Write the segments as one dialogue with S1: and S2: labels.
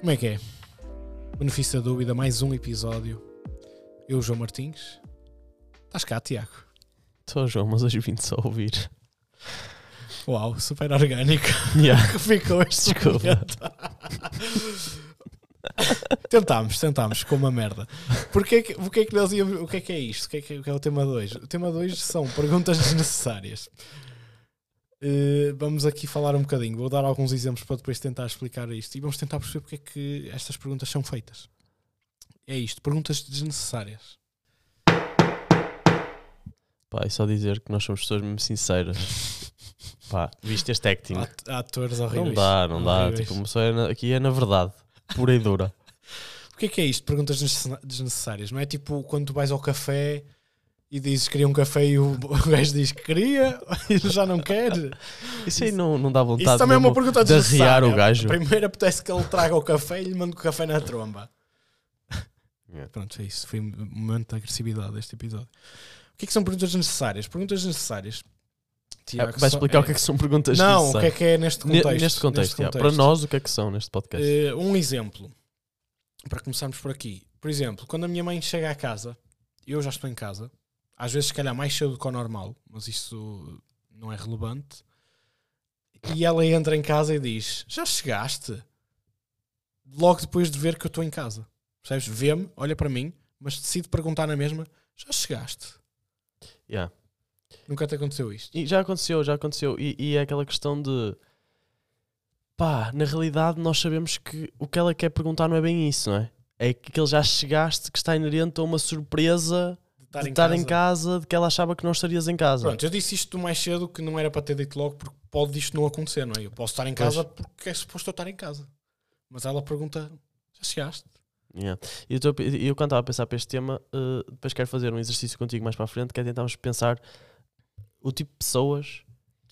S1: Como é que é? Benefício da dúvida, mais um episódio. Eu, João Martins. Estás cá, Tiago.
S2: Estou, João, mas hoje vim-te só ouvir.
S1: Uau, super orgânico
S2: Yeah.
S1: que ficou este
S2: Desculpa.
S1: momento. tentámos, tentámos, com uma merda. Porquê que, porquê que nós íamos, o que é que é isto? O que é que, o que é o tema 2? O tema 2 são perguntas desnecessárias. Eh, vamos aqui falar um bocadinho. Vou dar alguns exemplos para depois tentar explicar isto e vamos tentar perceber porque é que estas perguntas são feitas. É isto, perguntas desnecessárias.
S2: Pá, e só dizer que nós somos pessoas mesmo sinceras. Pá, viste este acting?
S1: Há at- há atores Ah, horríveis.
S2: não dá, não dá.
S1: Horríveis.
S2: Tipo, uma pessoa é na- aqui é na verdade, pura e dura.
S1: O que é que é isto? Perguntas desnecess- desnecessárias, não é? Tipo, quando tu vais ao café e dizes queria um café e o o gajo diz que queria e já não quer.
S2: Isso aí não, não dá vontade
S1: Isso também é uma
S2: mesmo
S1: pergunta
S2: de arriar
S1: desnecessária.
S2: o gajo.
S1: Primeiro apetece que ele traga o café e lhe manda o café na tromba.
S2: Yeah.
S1: Pronto, é isso. Foi um momento de agressividade deste episódio. O que é que são perguntas desnecessárias? Perguntas desnecessárias.
S2: É,
S1: Tiago,
S2: Vai
S1: são-
S2: explicar o que é que são perguntas
S1: Não, o que é
S2: desnecessárias.
S1: que é neste
S2: Ne-
S1: contexto?
S2: Neste contexto, yeah. para nós, o que é que são neste podcast?
S1: Eh, um exemplo, para começarmos por aqui. Por exemplo, quando a minha mãe chega à casa, eu já estou em casa, às vezes, se calhar, mais cedo do que o normal, mas isso não é relevante. E ela entra em casa e diz: Já chegaste? Logo depois de ver que eu estou em casa. Percebes? Vê-me, olha para mim, mas decide perguntar na mesma: Já chegaste?
S2: Yeah.
S1: Nunca te aconteceu isto.
S2: E já aconteceu, já aconteceu. E, e é aquela questão de pá, na realidade nós sabemos que o que ela quer perguntar não é bem isso, não é? É que aquele já chegaste que está inerente a uma surpresa de estar em casa de que ela achava que não estarias em casa.
S1: Pronto, eu disse isto mais cedo que não era para ter dito logo porque pode isto não acontecer, não é? Eu posso estar em casa porque é suposto eu estar em casa. Mas ela pergunta, já chegaste?
S2: Yeah. E eu, tô a pe- e eu quando estava a pensar para este tema, eh, depois quero fazer um exercício contigo mais para a frente, que é tentarmos pensar o tipo de pessoas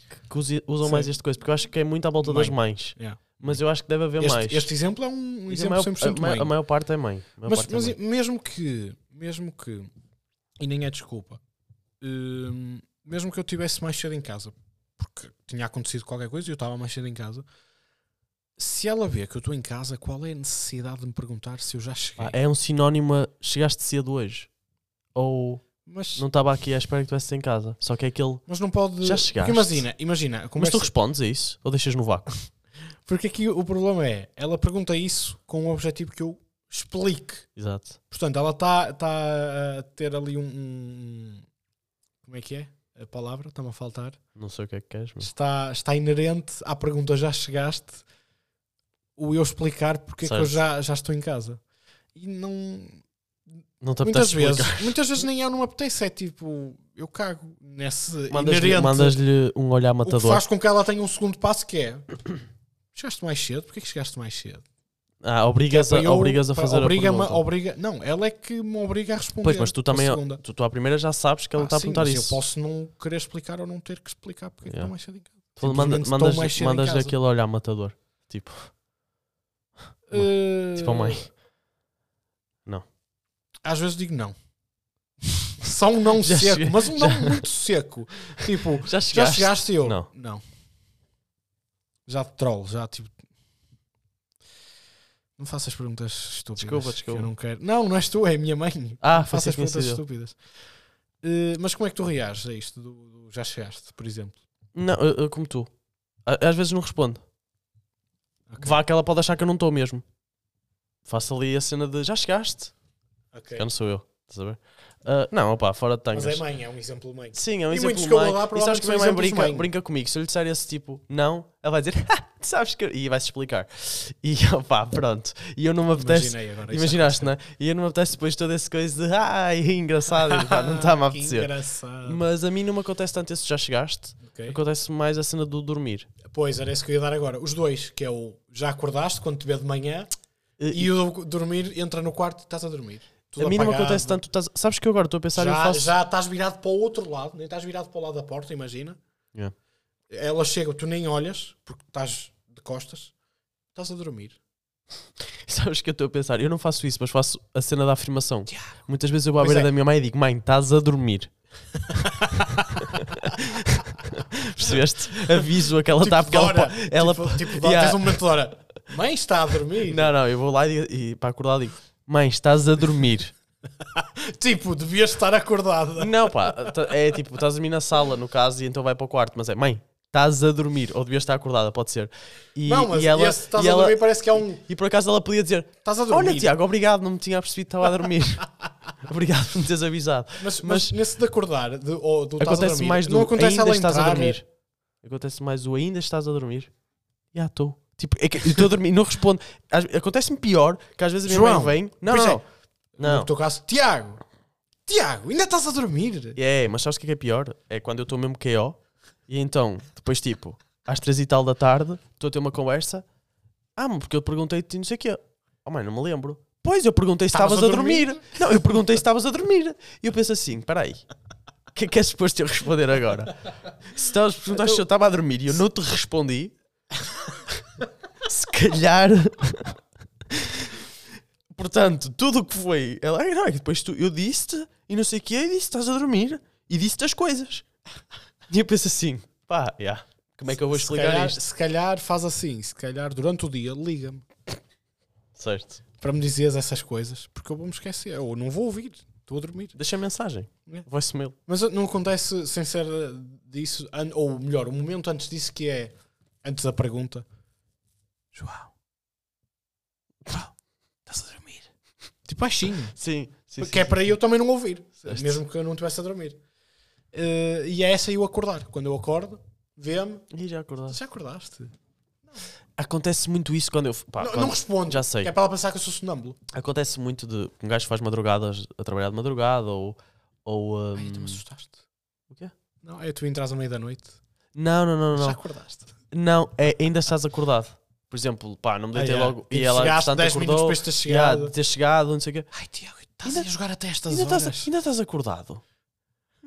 S2: que- que usi- usam
S1: Sim.
S2: mais este coisa, porque eu acho que é muito à volta das mães.
S1: Yeah.
S2: Mas eu acho que deve haver mais.
S1: Este, este exemplo é um
S2: Mas
S1: exemplo
S2: a, maior,
S1: 100%
S2: a, maior,
S1: bem.
S2: a maior parte é mãe. A maior
S1: Mas,
S2: parte é
S1: mas
S2: mãe.
S1: mesmo que, mesmo que, e nem é desculpa, hum, mesmo que eu estivesse mais cedo em casa, porque tinha acontecido qualquer coisa e eu estava mais cedo em casa, se ela vê que eu estou em casa, qual é a necessidade de me perguntar se eu já cheguei?
S2: Ah, é um sinónimo a chegaste cedo hoje. Ou
S1: Mas,
S2: não estava aqui à espera que estivesse em casa. Só que é aquele.
S1: mas não pode.
S2: Já
S1: porque
S2: chegaste?
S1: Imagina, imagina. a
S2: Mas tu
S1: conversa-
S2: respondes a isso? Ou deixas no vácuo?
S1: Porque aqui o problema é, ela pergunta isso com o objetivo que eu explique.
S2: Exato.
S1: Portanto, ela está tá a ter ali um, um- Como é que é? A palavra está-me a faltar.
S2: Não sei o que é que queres, mas.
S1: Está, está inerente à pergunta já chegaste o eu explicar porque é que eu
S2: Certo.
S1: já, já estou em casa. E não.
S2: Não
S1: Muitas
S2: te Então apetece
S1: vezes,
S2: explicar.
S1: muitas vezes nem eu não apetece. É tipo, eu cago nesse
S2: Mandas-lhe
S1: inerente.
S2: mandas-lhe um olhar
S1: o que
S2: matador.
S1: faz com que ela tenha um segundo passo que é. Chegaste mais cedo? Porquê que chegaste mais cedo?
S2: Ah, obrigas,
S1: Para
S2: a,
S1: eu-
S2: obrigas a
S1: para-
S2: fazer
S1: obriga
S2: a pergunta.
S1: obriga, não, ela é que me obriga a responder.
S2: Pois, mas tu também,
S1: A segunda.
S2: tu, tu à primeira já sabes que
S1: Ah,
S2: ele está a
S1: sim,
S2: perguntar
S1: mas
S2: isso.
S1: Eu posso não querer explicar ou não ter que explicar porque
S2: Yeah.
S1: estou mais cedo em casa.
S2: Tu Então manda-
S1: simplesmente estou
S2: mandas
S1: mais cedo em
S2: mandas
S1: casa.
S2: aquele olhar matador. Tipo, tipo a mãe.
S1: Eh, Às vezes digo não. Só um não
S2: Já
S1: seco,
S2: cheguei-
S1: mas um não
S2: já-
S1: muito seco. Tipo,
S2: Já
S1: já
S2: chegaste?
S1: chegaste e eu.
S2: Não.
S1: Já te troll, já tipo. Não faças perguntas estúpidas.
S2: Desculpa,
S1: que
S2: desculpa.
S1: Eu não quero. Não, não és tu, é a minha mãe.
S2: Ah, foi
S1: faço
S2: assim
S1: as
S2: que me
S1: perguntas
S2: incidiu.
S1: estúpidas. Eh, mas como é que tu reages a isto do, do já chegaste, por exemplo?
S2: Não, eu- eu como tu. Á- Às vezes não respondo.
S1: Ok.
S2: Vá que ela pode achar que eu não estou mesmo. Faço ali a cena de já chegaste.
S1: Ok.
S2: Já não sou eu, estás a ver? Ah, não, opá, fora de tangas.
S1: Mas é mãe, é um exemplo mãe.
S2: Sim, é um
S1: E
S2: exemplo
S1: muitos que eu vou
S2: mãe.
S1: dar,
S2: E sabes
S1: provavelmente
S2: que a minha mãe
S1: são exemplos de
S2: brinca,
S1: mãe.
S2: brinca comigo. Se eu lhe disser esse tipo, não, ela vai dizer, tu sabes que. eu-" E vai-se explicar. E opá, pronto. E eu não me apetece.
S1: Imaginei agora. isso.
S2: Imaginaste, não é? E eu não me apetece depois toda essa coisa de, ai, engraçado. e pá, não está-me a
S1: Ah, Que
S2: apetecer.
S1: engraçado.
S2: Mas a mim não me acontece tanto esse já chegaste.
S1: Ok.
S2: Acontece mais a cena do dormir.
S1: Pois, era isso que eu ia dar agora. Os dois, que é o já acordaste quando te vê de manhã
S2: E-
S1: e o dormir entra no quarto e estás a dormir. Tudo
S2: a mim não me
S1: apagado.
S2: acontece tanto. estás- sabes que eu agora estou a pensar, eu
S1: Já,
S2: faço.
S1: já estás virado para o outro lado, nem estás virado para o lado da porta, imagina.
S2: Yeah.
S1: Ela chega, tu nem olhas porque estás de costas, estás a dormir.
S2: Sabes que eu estou a pensar, eu não faço isso, mas faço a cena da afirmação.
S1: Tiago.
S2: Muitas vezes eu vou à
S1: Pois
S2: beira
S1: é.
S2: da minha mãe e digo, mãe, estás a dormir. Percebeste? Aviso aquela
S1: Tipo
S2: tá porque ela,
S1: Dora,
S2: po- ela tá
S1: tipo, tipo,
S2: Yeah.
S1: tens um momento de hora. Mãe está a dormir.
S2: Não, não, eu vou lá e, e para acordar digo: Mãe, estás a dormir.
S1: Tipo, devias estar acordada.
S2: não, pá, tá- é tipo, estás a dormir na sala, no caso, e então vai para o quarto, mas é: Mãe, estás a dormir, ou devias estar acordada, pode ser. E,
S1: não, mas
S2: e ela,
S1: esse estás
S2: e
S1: a
S2: ela-
S1: dormir parece que é um.
S2: e por acaso ela podia dizer:
S1: Estás a dormir.
S2: Olha, Tiago, obrigado, não me tinha percebido que estava a dormir. obrigado por me teres avisado.
S1: mas, mas nesse de acordar, de, ou do estás a
S2: acontece
S1: dormir,
S2: mais do
S1: não acontece
S2: ainda
S1: ela
S2: estás
S1: entrar, é?
S2: a dormir. Acontece mais o ainda estás a dormir. Já estou. Tipo, é que eu estou a dormir, não respondo. Às- Acontece-me pior que às vezes a minha
S1: João,
S2: mãe vem. Não,
S1: pois
S2: não.
S1: é.
S2: Não.
S1: No teu caso, Tiago, Tiago, ainda estás a dormir.
S2: É, mas sabes o que é que é pior? É quando eu estou mesmo KO e então, depois tipo, às três e tal da tarde, estou a ter uma conversa. Ah, mas porque eu perguntei-te não sei o quê. Oh mãe, não me lembro. Pois, eu perguntei se
S1: Estavas
S2: estavas a
S1: a dormir?
S2: dormir. Não, eu perguntei se estavas a dormir. E eu penso assim, peraí. O que é que é suposto eu responder agora? Se estavas perguntaste se eu estava a dormir e eu não te respondi, se calhar... Portanto, tudo o que foi. Ela, "Ai, não, é que depois tu, eu disse-te e não sei o quê, e disse estás a dormir. E disse-te as coisas. E eu penso assim, pá, yeah, como é que eu vou
S1: se
S2: explicar
S1: calhar,
S2: isto?
S1: se calhar faz assim, se calhar durante o dia liga-me
S2: Certo.
S1: para me dizeres essas coisas, porque eu vou me esquecer, ou não vou ouvir, estou a dormir.
S2: Deixa mensagem.
S1: Yeah.
S2: Voicemail.
S1: Mas não acontece sem ser uh, disso, an- ou melhor, o momento antes disso que é antes da pergunta. João, João, estás a dormir? Tipo baixinho.
S2: Sim, sim.
S1: que é para eu também não ouvir,
S2: Certo.
S1: mesmo que eu não estivesse a dormir. Eh, e é essa eu acordar. Quando eu acordo, vê-me,
S2: E já acordaste.
S1: já acordaste?
S2: Acontece muito isso quando eu. f- Pá,
S1: não,
S2: Ah, quando-
S1: não responde.
S2: já sei.
S1: É para ela pensar que eu sou sonâmbulo.
S2: Acontece muito de um gajo faz madrugadas a trabalhar de madrugada ou. ou
S1: Ai, tu
S2: hum,
S1: me assustaste.
S2: o quê?
S1: Não, é tu entras à meia da noite,
S2: Não, não, não, não,
S1: já
S2: não.
S1: acordaste.
S2: Não, é, ainda estás acordado. Por exemplo, pá, não me deitei
S1: Ah, yeah.
S2: logo.
S1: Tipo,
S2: e ela,
S1: chegaste
S2: portanto,
S1: 10 minutos
S2: acordou.
S1: depois de ter
S2: yeah,
S1: chegado.
S2: de ter chegado, não sei o quê.
S1: Ai, Tiago, estás
S2: Ainda-
S1: a jogar até estas
S2: Ainda
S1: horas.
S2: estás, ainda estás acordado?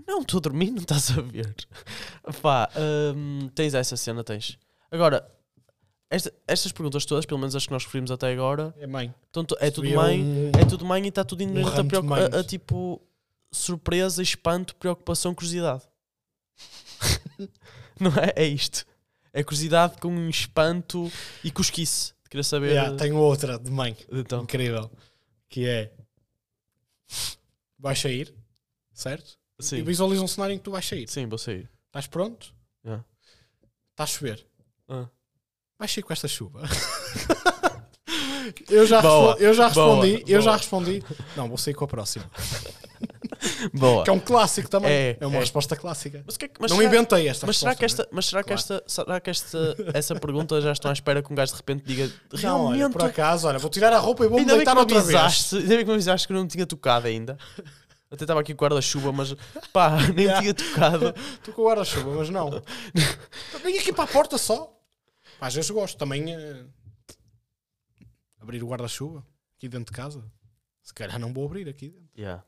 S2: Não, estou a dormir, não estás a ver. Pá, hum, tens essa cena, tens. Agora, esta- estas perguntas todas, pelo menos as que nós referimos até agora,
S1: É mãe.
S2: estão to- é tudo
S1: Seria
S2: mãe,
S1: um-
S2: é tudo mãe e está tudo indo
S1: um
S2: a,
S1: ramo de
S2: preocu-
S1: mães.
S2: a- a tipo surpresa, espanto, preocupação, curiosidade. não é? É isto. É curiosidade com um espanto e cosquice. de Querer saber.
S1: Yeah, tenho outra de mãe,
S2: Então,
S1: incrível, que é vais sair, certo? E
S2: sim,
S1: visualiza um cenário em que tu vais sair.
S2: sim, vou sair.
S1: Estás pronto?
S2: Yeah.
S1: Está a chover.
S2: Ah.
S1: Vais sair com esta chuva. eu, já
S2: Boa,
S1: respo- eu já
S2: boa,
S1: respondi, eu já
S2: boa.
S1: respondi. Não, vou sair com a próxima.
S2: Boa.
S1: Que é um clássico também. É,
S2: É,
S1: uma
S2: é.
S1: resposta clássica.
S2: Mas, o que é que- mas
S1: não
S2: será-
S1: inventei esta
S2: Mas
S1: resposta.
S2: será que esta, mas será que
S1: Claro.
S2: esta, será que esta, essa pergunta já estão à espera que um gajo de repente diga
S1: não é? Não, olha,
S2: realmente?
S1: por acaso, olha, vou tirar a roupa e vou-me
S2: ainda bem que
S1: deitar
S2: me
S1: outra vez.
S2: avisaste, ainda bem que me avisaste que eu não tinha tocado ainda. Até estava aqui com o guarda-chuva, mas pá, nem
S1: Yeah.
S2: tinha tocado.
S1: Estou com o guarda-chuva, mas não. Então, Vem aqui para a porta só. Pá, Às vezes gosto também eh, abrir o guarda-chuva aqui dentro de casa. Se calhar não vou abrir aqui dentro.
S2: Yeah.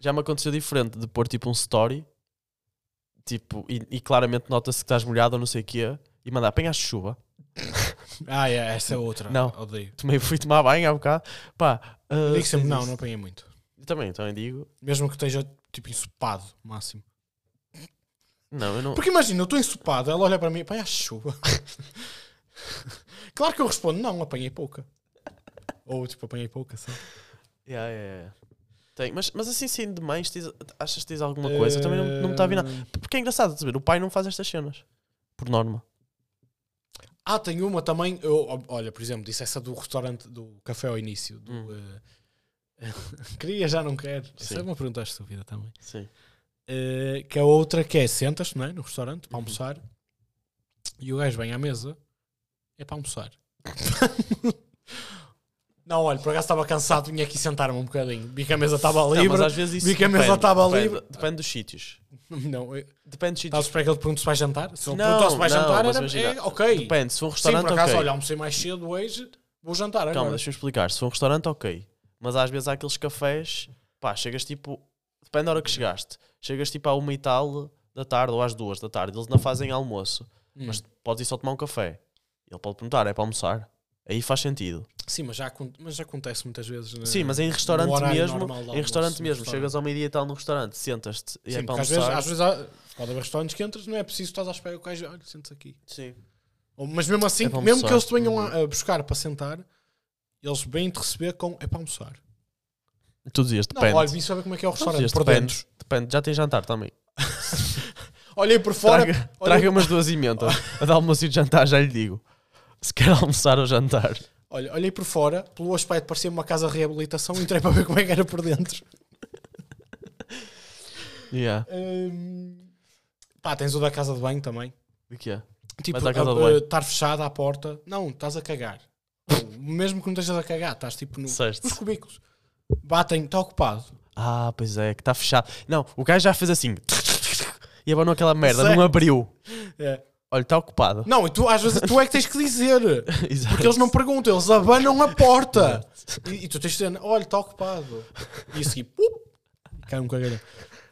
S2: Já me aconteceu diferente de pôr tipo um story, tipo, e, e claramente nota-se que estás molhado ou não sei o quê, e mandar apanhaste chuva.
S1: Ah, é, essa é outra.
S2: Não.
S1: Odeio.
S2: Também fui tomar banho há um bocado. Pá, ah,
S1: Digo sempre,
S2: tens
S1: não,
S2: isso.
S1: não é? apanhei muito.
S2: Eu Também, também digo.
S1: Mesmo que esteja tipo ensopado, máximo.
S2: Não, eu não.
S1: Porque imagina, eu estou ensopado, ela olha para mim, apanha chuva. claro que eu respondo, não, apanhei pouca. Ou tipo, apanhei pouca, sabe?
S2: Yeah, yeah, yeah. Tem, mas, mas assim sendo demais, tens- achas que tens alguma coisa? Eu também não, não me está a vir nada.
S1: Eh,
S2: Porque é engraçado de saber, o pai não faz estas cenas. Por norma.
S1: Ah, tem uma também. Eu, olha, por exemplo, disse essa do restaurante do café ao início. Do, eh, queria, já não quero. Isso
S2: Hum. Sim.
S1: é uma pergunta estúpida também.
S2: Sim.
S1: Eh, que a outra que é sentas não é, no restaurante para almoçar e o gajo vem à mesa é para almoçar não, olha, por acaso estava cansado vim aqui sentar-me um bocadinho vi que a mesa estava livre
S2: mas às vezes isso
S1: vi que a mesa
S2: depende,
S1: estava
S2: depende-
S1: livre.
S2: Depende dos sítios.
S1: não, eu-
S2: Depende dos sítios.
S1: estava a esperar que ele pergunte se vai jantar se ele
S2: Não,
S1: perguntou se vai
S2: não,
S1: jantar
S2: mas
S1: era,
S2: imagina,
S1: é, ok
S2: Depende, se for um
S1: sim,
S2: restaurante,
S1: por acaso,
S2: ok.
S1: olha, almocei mais cedo hoje vou jantar agora
S2: Calma, deixa-me explicar. Se for um restaurante, ok. Mas às vezes há aqueles cafés, pá, chegas tipo. Depende da hora que chegaste. Chegas tipo à uma e tal da tarde ou às duas da tarde. Eles não fazem almoço.
S1: Hum.
S2: Mas podes ir só tomar um café. Ele pode perguntar, é para almoçar. Aí faz sentido.
S1: sim, mas já, acon- mas já acontece muitas vezes né?
S2: Sim, mas em
S1: no
S2: restaurante
S1: horário
S2: mesmo,
S1: normal de almoço,
S2: em restaurante
S1: no
S2: mesmo,
S1: restaurante.
S2: chegas ao meio-dia e tal no restaurante, sentas-te e
S1: Sim,
S2: é para
S1: porque às vezes,
S2: almoçar.
S1: às vezes há- pode haver restaurantes que entras, não é preciso, estás à espera que o gajo, olha, sentes aqui.
S2: Sim.
S1: Ou- Mas mesmo assim,
S2: É para
S1: mesmo que
S2: almoçar.
S1: eles te venham a, a buscar para sentar, eles vêm te receber com é para almoçar.
S2: Tu dizias,
S1: Não,
S2: depende.
S1: olha, vim saber como é que é o
S2: Tu
S1: restaurante
S2: dizias,
S1: por dentro.
S2: depende. depende. Já tem jantar também.
S1: Olhei por fora,
S2: Traga,
S1: olhei-
S2: traga umas duas emendas. A de almoço e de jantar já lhe digo. Se quer almoçar ou jantar.
S1: olha, olhei por fora, pelo aspecto parecia uma casa de reabilitação, entrei para ver como é que era por dentro.
S2: Yeah.
S1: Hum, Pá, tens o da casa de banho também.
S2: O que é?
S1: Tipo,
S2: Mas à casa
S1: a-
S2: de banho.
S1: a- estar fechada à porta. Não, estás a cagar. Mesmo que não estejas a cagar, estás tipo no-
S2: Certo.
S1: nos cubículos. Batem, está ocupado.
S2: Ah, pois é, que está fechado. Não, o gajo já fez assim. E abanou aquela merda,
S1: Certo.
S2: não abriu.
S1: É.
S2: Olha, está ocupado.
S1: Não, e tu às vezes tu é que tens que dizer.
S2: Exato.
S1: Porque eles não perguntam, eles abanam a porta. E, e tu tens de dizer, olha, está ocupado. E a seguir, pum, cai um cagalhão.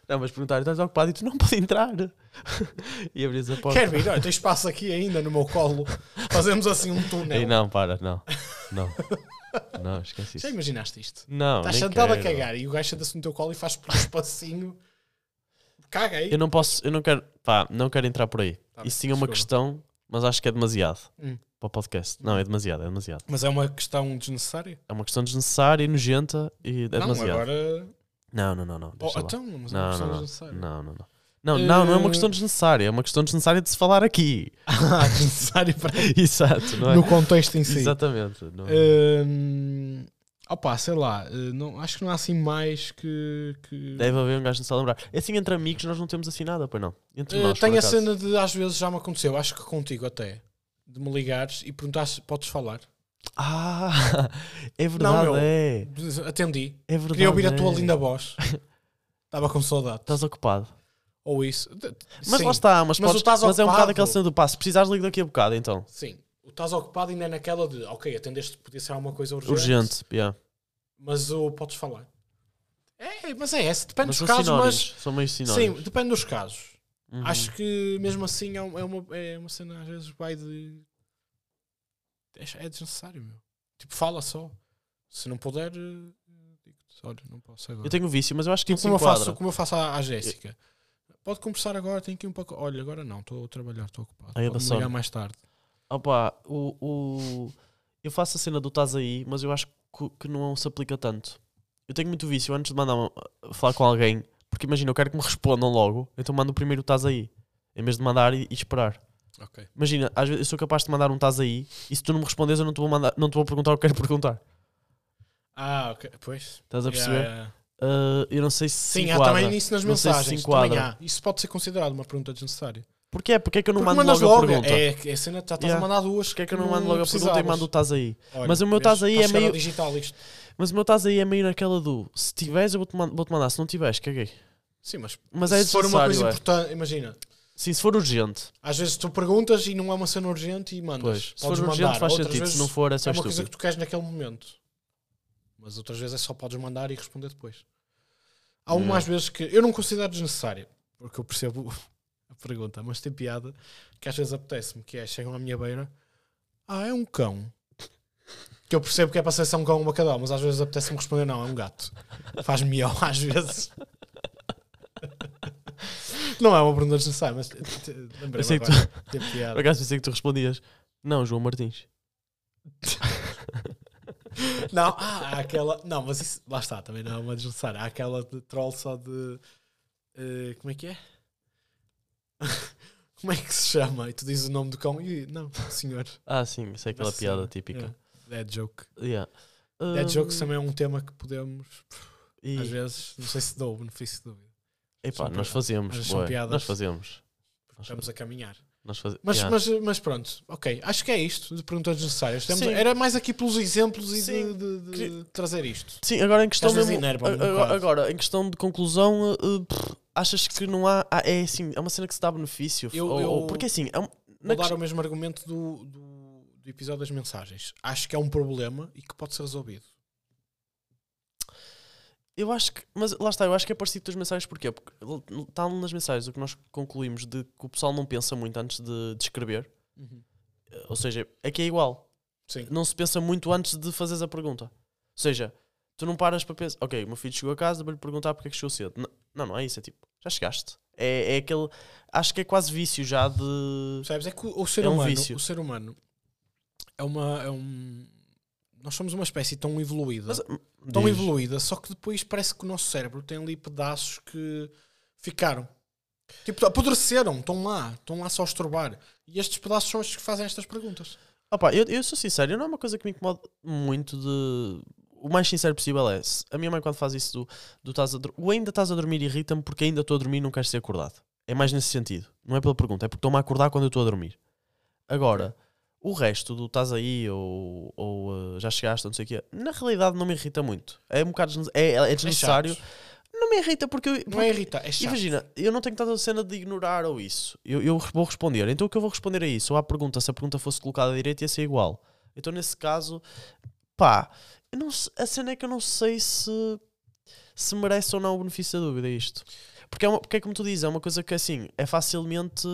S2: Não, mas perguntaram, estás ocupado e tu não podes entrar. e abris a porta.
S1: Quer vir? Olha, tem espaço aqui ainda no meu colo. Fazemos assim um
S2: E
S1: túnel.
S2: não, para, não. Não. Não, esquece
S1: Já
S2: isso.
S1: imaginaste isto?
S2: Não,
S1: Estás
S2: nem
S1: Tá sentado a
S2: quero.
S1: cagar e o gajo senta-se no teu colo e faz por um espacinho. Caga aí.
S2: Eu não posso, eu não quero, pá, não quero entrar por aí.
S1: Tá bem,
S2: Isso tinha uma
S1: desculpa.
S2: questão, mas acho que é demasiado
S1: Hum.
S2: para o podcast. Não, é demasiado, é demasiado.
S1: Mas é uma questão desnecessária?
S2: É uma questão desnecessária, e nojenta e é
S1: não,
S2: demasiado.
S1: agora.
S2: Não, não, não, não.
S1: Oh,
S2: deixa lá.
S1: então, mas é uma
S2: Não,
S1: questão
S2: não, não.
S1: desnecessária.
S2: Não, não, não. Não, não, não é uma
S1: Eh,
S2: questão desnecessária, é uma questão desnecessária de se falar aqui.
S1: Ah, desnecessário para
S2: Exato, não é?
S1: No Eh, contexto em si.
S2: Exatamente. não é?
S1: Hum, opa, sei lá. eh, Não, acho que não há assim mais que. que...
S2: Deve haver um gajo no a lembrar. É Assim, entre amigos, nós não temos assim nada, pois não. Entre
S1: Eh,
S2: nós, por
S1: Tenho a
S2: acaso.
S1: cena de às vezes já me aconteceu, acho que contigo até, de me ligares e perguntares se podes falar.
S2: Ah, é verdade,
S1: meu.
S2: é.
S1: Atendi.
S2: É verdade.
S1: Queria ouvir a tua
S2: é.
S1: linda voz. Estava com saudade.
S2: Estás ocupado.
S1: Ou isso. D-
S2: Tá. Mas
S1: sim,
S2: lá está, mas,
S1: Mas
S2: podes,
S1: o estás
S2: mas é um
S1: ocupado.
S2: bocado aquela cena do passo. Precisares ligar daqui a bocado, então.
S1: Sim. O estás ocupado ainda é naquela de, ok, atendeste, podia ser alguma coisa urgente.
S2: Urgente, yeah.
S1: Mas o podes falar. É, mas é esse. Depende
S2: Mas
S1: dos
S2: são
S1: casos,
S2: sinónimos. São meio
S1: mas.
S2: sinónimos.
S1: Sim, depende dos casos.
S2: Uhum.
S1: Acho que mesmo assim é um- é uma, é uma cena às vezes vai de. É é desnecessário, meu. Tipo, fala só. Se não puder, eh, digo-te, olha, não posso agora.
S2: Eu tenho um vício, mas eu acho que
S1: Tipo,
S2: isso
S1: como, eu
S2: enquadra.
S1: faço, como eu faço à, à Jéssica. Pode conversar agora, tenho que ir um pouco. Olha, agora não, estou a trabalhar, estou ocupado.
S2: Aí é da
S1: Pode-me
S2: sorte.
S1: ligar mais tarde.
S2: Opa, o, o... eu faço a cena do estás aí, mas eu acho que, que não se aplica tanto. Eu tenho muito vício antes de mandar uma- falar com alguém, porque imagina, eu quero que me respondam logo, então mando primeiro o estás aí, em vez de mandar e, e esperar.
S1: Ok.
S2: Imagina, às vezes eu sou capaz de mandar um estás aí, e se tu não me respondes, eu não te vou, mandar, não te vou perguntar o que quero perguntar.
S1: Ah, ok. Pois.
S2: Estás a perceber?
S1: Yeah, yeah, yeah.
S2: Ah, eu não sei se.
S1: Sim, há
S2: enquadra.
S1: também isso nas
S2: Não sei se
S1: mensagens.
S2: se
S1: também
S2: enquadra.
S1: há. Isso pode ser considerado uma pergunta desnecessária.
S2: Porquê? Porquê é que eu não
S1: Porque
S2: mando
S1: mandas
S2: logo,
S1: logo,
S2: a pergunta?
S1: É, é a cena, já estás
S2: Yeah.
S1: a mandar duas.
S2: Porquê é que eu não mando logo a pergunta e
S1: precisavas?
S2: mando o estás aí?
S1: Olha,
S2: Mas o meu
S1: vês,
S2: estás aí
S1: está a
S2: é
S1: chegar ao
S2: meio-
S1: digital isto.
S2: Mas o meu estás aí é meio naquela do se tiveres, eu vou-te man- vou-te mandar, se não tiveres, caguei.
S1: Sim, mas,
S2: Mas é
S1: se for uma coisa
S2: desnecessário, é.
S1: importante, imagina,
S2: Sim, se for urgente.
S1: às vezes tu perguntas e não é uma cena urgente e mandas.
S2: Pois. Se for
S1: Podes
S2: urgente
S1: mandar.
S2: faz
S1: Outras
S2: sentido, se
S1: vezes
S2: não for é
S1: é
S2: só
S1: uma coisa
S2: estúpido.
S1: que tu queres naquele momento. Mas outras vezes é só podes mandar e responder depois. Há
S2: Yeah.
S1: umas vezes que eu não considero desnecessário, porque eu percebo a pergunta, mas tem piada que às vezes apetece-me, que é chegam à minha beira, ah, é um cão. Que eu percebo que é para ser só um cão ou uma cadela, mas às vezes apetece-me responder, não, é um gato. Faz miau às vezes. Não é uma pergunta desnecessária, mas t- t-
S2: Eu
S1: lembrei-me
S2: sei que tu,
S1: agora. Tem
S2: por
S1: piada.
S2: acaso pensei que tu respondias. Não, João Martins.
S1: Não, há há aquela. Não, mas isso. Lá está, também não é uma desnecessária. Há aquela de troll só de. eh, como é que é? como é que se chama? E tu dizes o nome do cão e. Não, senhor.
S2: Ah, sim, isso é aquela
S1: Nossa
S2: piada
S1: Senhora.
S2: típica.
S1: É, Dead joke.
S2: Yeah.
S1: Dead
S2: Hum,
S1: jokes também é um tema que podemos.
S2: e-
S1: Às vezes, não sei se dou o benefício de dúvida.
S2: epá,
S1: são
S2: nós
S1: piadas.
S2: fazemos.
S1: Às vezes são
S2: bué,
S1: piadas.
S2: Nós fazemos.
S1: porque Estamos a caminhar.
S2: Nós fazemos.
S1: Mas,
S2: yeah.
S1: mas, mas pronto, ok. Acho que é isto de perguntas necessárias. Temos-
S2: Sim.
S1: era mais aqui pelos exemplos e de,
S2: Sim.
S1: de- de
S2: Que-
S1: trazer isto.
S2: Sim, agora em questão
S1: Às vezes
S2: mesmo-
S1: enerva-me um
S2: a- a-
S1: bocado.
S2: agora, em questão de conclusão, uh, uh, pff, achas que não há. há- é assim, é uma cena que se dá benefício.
S1: Eu-
S2: ou-
S1: eu-
S2: ou- porque assim, é um- na
S1: Vou dar
S2: quest-
S1: o mesmo argumento do, do, do episódio das mensagens. Acho que é um problema e que pode ser resolvido.
S2: eu acho que. Mas lá está, eu acho que é parecido das mensagens, porquê? Porque está nas mensagens o que nós concluímos de que o pessoal não pensa muito antes de, de escrever. Ou seja, é que é igual.
S1: Sim.
S2: Não se pensa muito antes de fazeres a pergunta. Ou seja, tu não paras para pensar, ok, o meu filho chegou a casa, vou-lhe perguntar porque é que chegou cedo. N- Não, não é isso, é tipo, já chegaste. É, é aquele. Acho que é quase vício já de.
S1: Percebes? É que o, o ser
S2: É um
S1: humano,
S2: vício.
S1: o ser humano é uma é um nós somos uma espécie tão evoluída,
S2: Mas-
S1: tão
S2: Diz.
S1: evoluída, só que depois parece que o nosso cérebro tem ali pedaços que ficaram Tipo, apodreceram, estão lá, estão lá só a estorbar. E estes pedaços são os que fazem estas perguntas.
S2: Opa, eu, eu sou sincero, eu não é uma coisa que me incomoda muito de. O mais sincero possível é. se- A minha mãe, quando faz isso do, do estás a dor- o ainda estás a dormir irrita-me porque ainda estou a dormir e não queres ser acordado. É mais nesse sentido. Não é pela pergunta, é porque estou-me a acordar quando eu estou a dormir. Agora, o resto do estás aí ou, ou, eh, já chegaste, ou não sei o quê, na realidade não me irrita muito. É um bocado desne- é, é desnecessário.
S1: É chato.
S2: não me irrita porque. eu-
S1: Não é irritar, é chato.
S2: Imagina, eu não tenho tanta cena de ignorar ou isso. Eu, eu vou responder. Então o que eu vou responder a isso? Ou à pergunta, se a pergunta fosse colocada direito, ia ser igual. Então nesse caso, pá, eu não se- a cena é que eu não sei se, se merece ou não o benefício da dúvida isto. Porque é, uma, porque é como tu dizes, é uma coisa que assim, é facilmente.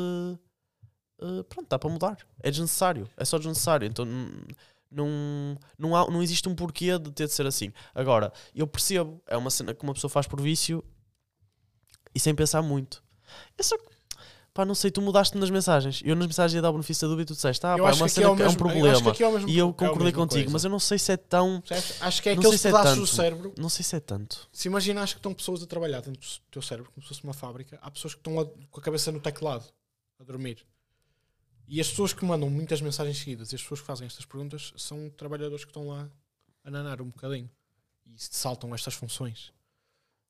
S2: eh, pronto, dá para mudar. É desnecessário. É só desnecessário. Então n- não, não, há, não existe um porquê de ter de ser assim. Agora, eu percebo, é uma cena que uma pessoa faz por vício e sem pensar muito. Eu só. Pá, não sei, tu mudaste-me nas mensagens. Eu nas mensagens ia dar o benefício da dúvida e tu disseste, ah,
S1: Eu
S2: pá, é
S1: acho
S2: uma
S1: que aqui
S2: cena
S1: o
S2: que é um
S1: mesmo- eu acho que
S2: problema.
S1: aqui é o mesmo-
S2: E
S1: é
S2: eu
S1: o
S2: concordo
S1: mesmo
S2: contigo,
S1: coisa.
S2: mas eu não sei se é tão.
S1: Percebes? Acho que é
S2: Não
S1: aqueles
S2: sei se é
S1: pedaços do
S2: tanto.
S1: cérebro
S2: Não sei se é tanto.
S1: Se imagina, acho que estão pessoas a trabalhar dentro do teu cérebro, como se fosse uma fábrica, há pessoas que estão a- com a cabeça no teclado, a dormir. E as pessoas que mandam muitas mensagens seguidas e as pessoas que fazem estas perguntas são trabalhadores que estão lá a nanar um bocadinho e se saltam estas funções.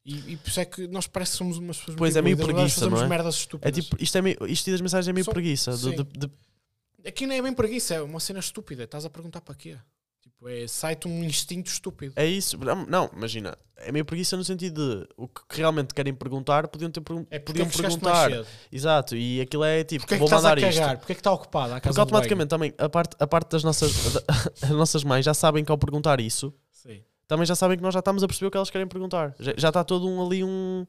S1: E, e por isso é que nós parece que somos umas pessoas
S2: Pois,
S1: muito
S2: é meio
S1: evoluídas, mas nós
S2: preguiça,
S1: fazemos
S2: não é?
S1: merdas
S2: É
S1: estúpidas.
S2: tipo, isto, é meio, isto das mensagens é meio
S1: São-
S2: preguiça. de-
S1: sim.
S2: de- de-
S1: Aqui não é bem preguiça, é uma cena estúpida. Estás a perguntar para quê? Tipo, é, sai-te um instinto estúpido.
S2: é isso. Não, não, imagina. É meio preguiça no sentido de o que realmente querem perguntar, podiam ter pergun-
S1: É porque é
S2: podiam
S1: que chegaste mais
S2: perguntar.
S1: cedo.
S2: Exato. E aquilo é tipo,
S1: Porquê é que
S2: vou
S1: estás a
S2: mandar isto.
S1: cagar? Porquê é que está ocupada a casa
S2: Porque
S1: do banho?
S2: automaticamente também a parte, a parte das nossas, da- as nossas mães já sabem que ao perguntar isso,
S1: Sim.
S2: também já sabem que nós já estamos a perceber o que elas querem perguntar. Já, já está todo um ali um.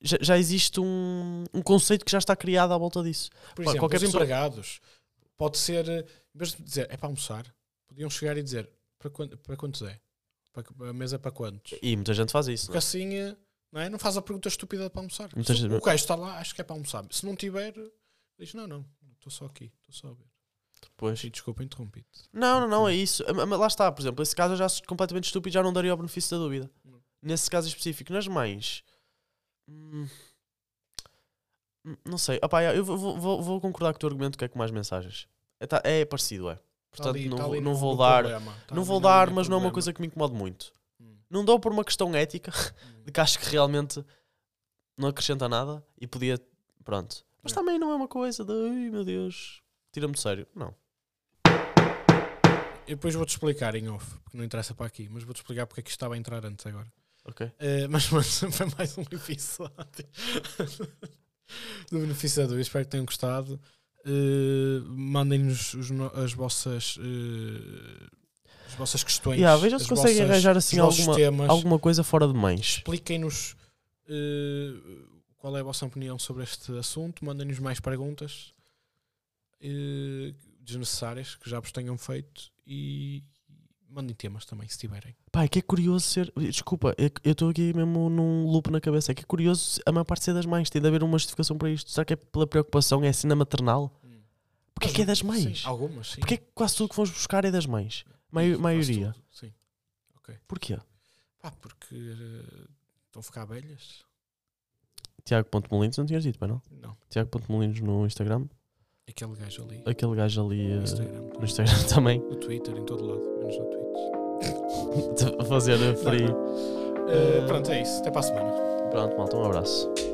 S2: Já, já existe um, um conceito que já está criado à volta disso.
S1: Por
S2: Pá,
S1: exemplo,
S2: qualquer
S1: os
S2: pessoa-
S1: empregados pode ser, eh, em vez de dizer é para almoçar, podiam chegar e dizer para, quan- para quantos é? Para, que- a mesa é para quantos?
S2: E muita gente faz isso.
S1: Porque
S2: não é?
S1: assim eh, não, é? não faz a pergunta estúpida para almoçar.
S2: Muitas
S1: Se
S2: vezes-
S1: o gajo está lá, acho que é para almoçar. Se não tiver, diz não, não, estou só aqui, estou só a ver.
S2: Pois.
S1: E desculpa, interrompi-te.
S2: Não, não, não, é isso. Ah, Mas lá está, por exemplo, esse caso eu já sou completamente estúpido, já não daria o benefício da dúvida. Nesse caso específico, nas mães. hum, hum, não sei. Opá, eu vou, vou- vou- vou concordar com o teu argumento que é com mais mensagens. É, tá- é parecido, é.
S1: Está
S2: Portanto,
S1: ali-
S2: não
S1: está
S2: vou-
S1: ali
S2: não
S1: no-
S2: vou
S1: no
S2: dar-
S1: problema. Está
S2: não
S1: ali
S2: vou
S1: no-
S2: dar,
S1: no
S2: mas não é uma
S1: problema.
S2: coisa que me incomode muito.
S1: Hum.
S2: Não dou por uma questão ética, de que acho que realmente não acrescenta nada e podia. Pronto. Mas
S1: É.
S2: também não é uma coisa de. Ai meu Deus, tira-me do sério. Não.
S1: Eu depois vou-te explicar em off, porque não interessa para aqui, mas vou-te explicar porque é que isto estava a entrar antes agora.
S2: Ok.
S1: Uh, mas, mas foi mais um episódio do Beneficiador. Espero que tenham gostado. Uh, Mandem-nos os no- as vossas uh, as vossas questões.
S2: Yeah, vejam
S1: as
S2: se conseguem
S1: vossas-
S2: arranjar assim
S1: os vossos
S2: alguma-
S1: temas.
S2: Alguma coisa fora de mães.
S1: Expliquem-nos uh, qual é a vossa opinião sobre este assunto. Mandem-nos mais perguntas uh, desnecessárias que já vos tenham feito e mandem temas também, se tiverem.
S2: Pá, é que é curioso ser. Desculpa, é que eu estou aqui mesmo num loop na cabeça. É que é curioso a maior parte ser das mães. Tem de haver uma justificação para isto. Será que é pela preocupação? É a cena maternal? Porquê que é das mães?
S1: Sim, algumas, sim.
S2: Porquê que quase tudo que vamos buscar é das mães? Mai-
S1: Quase
S2: maioria.
S1: tudo, Sim.
S2: Porquê?
S1: Pá, porque eh, estão a ficar velhas?
S2: Tiago.molinos, não tinhas dito, pá, não?
S1: Não.
S2: Tiago.molinos no Instagram.
S1: Aquele gajo ali.
S2: Aquele gajo ali eh,
S1: No Instagram.
S2: no Instagram também.
S1: No Twitter, em todo lado. Menos no Twitch.
S2: Fazer free.
S1: Eh, pronto, é isso. Até para a semana.
S2: Pronto, malta, um abraço.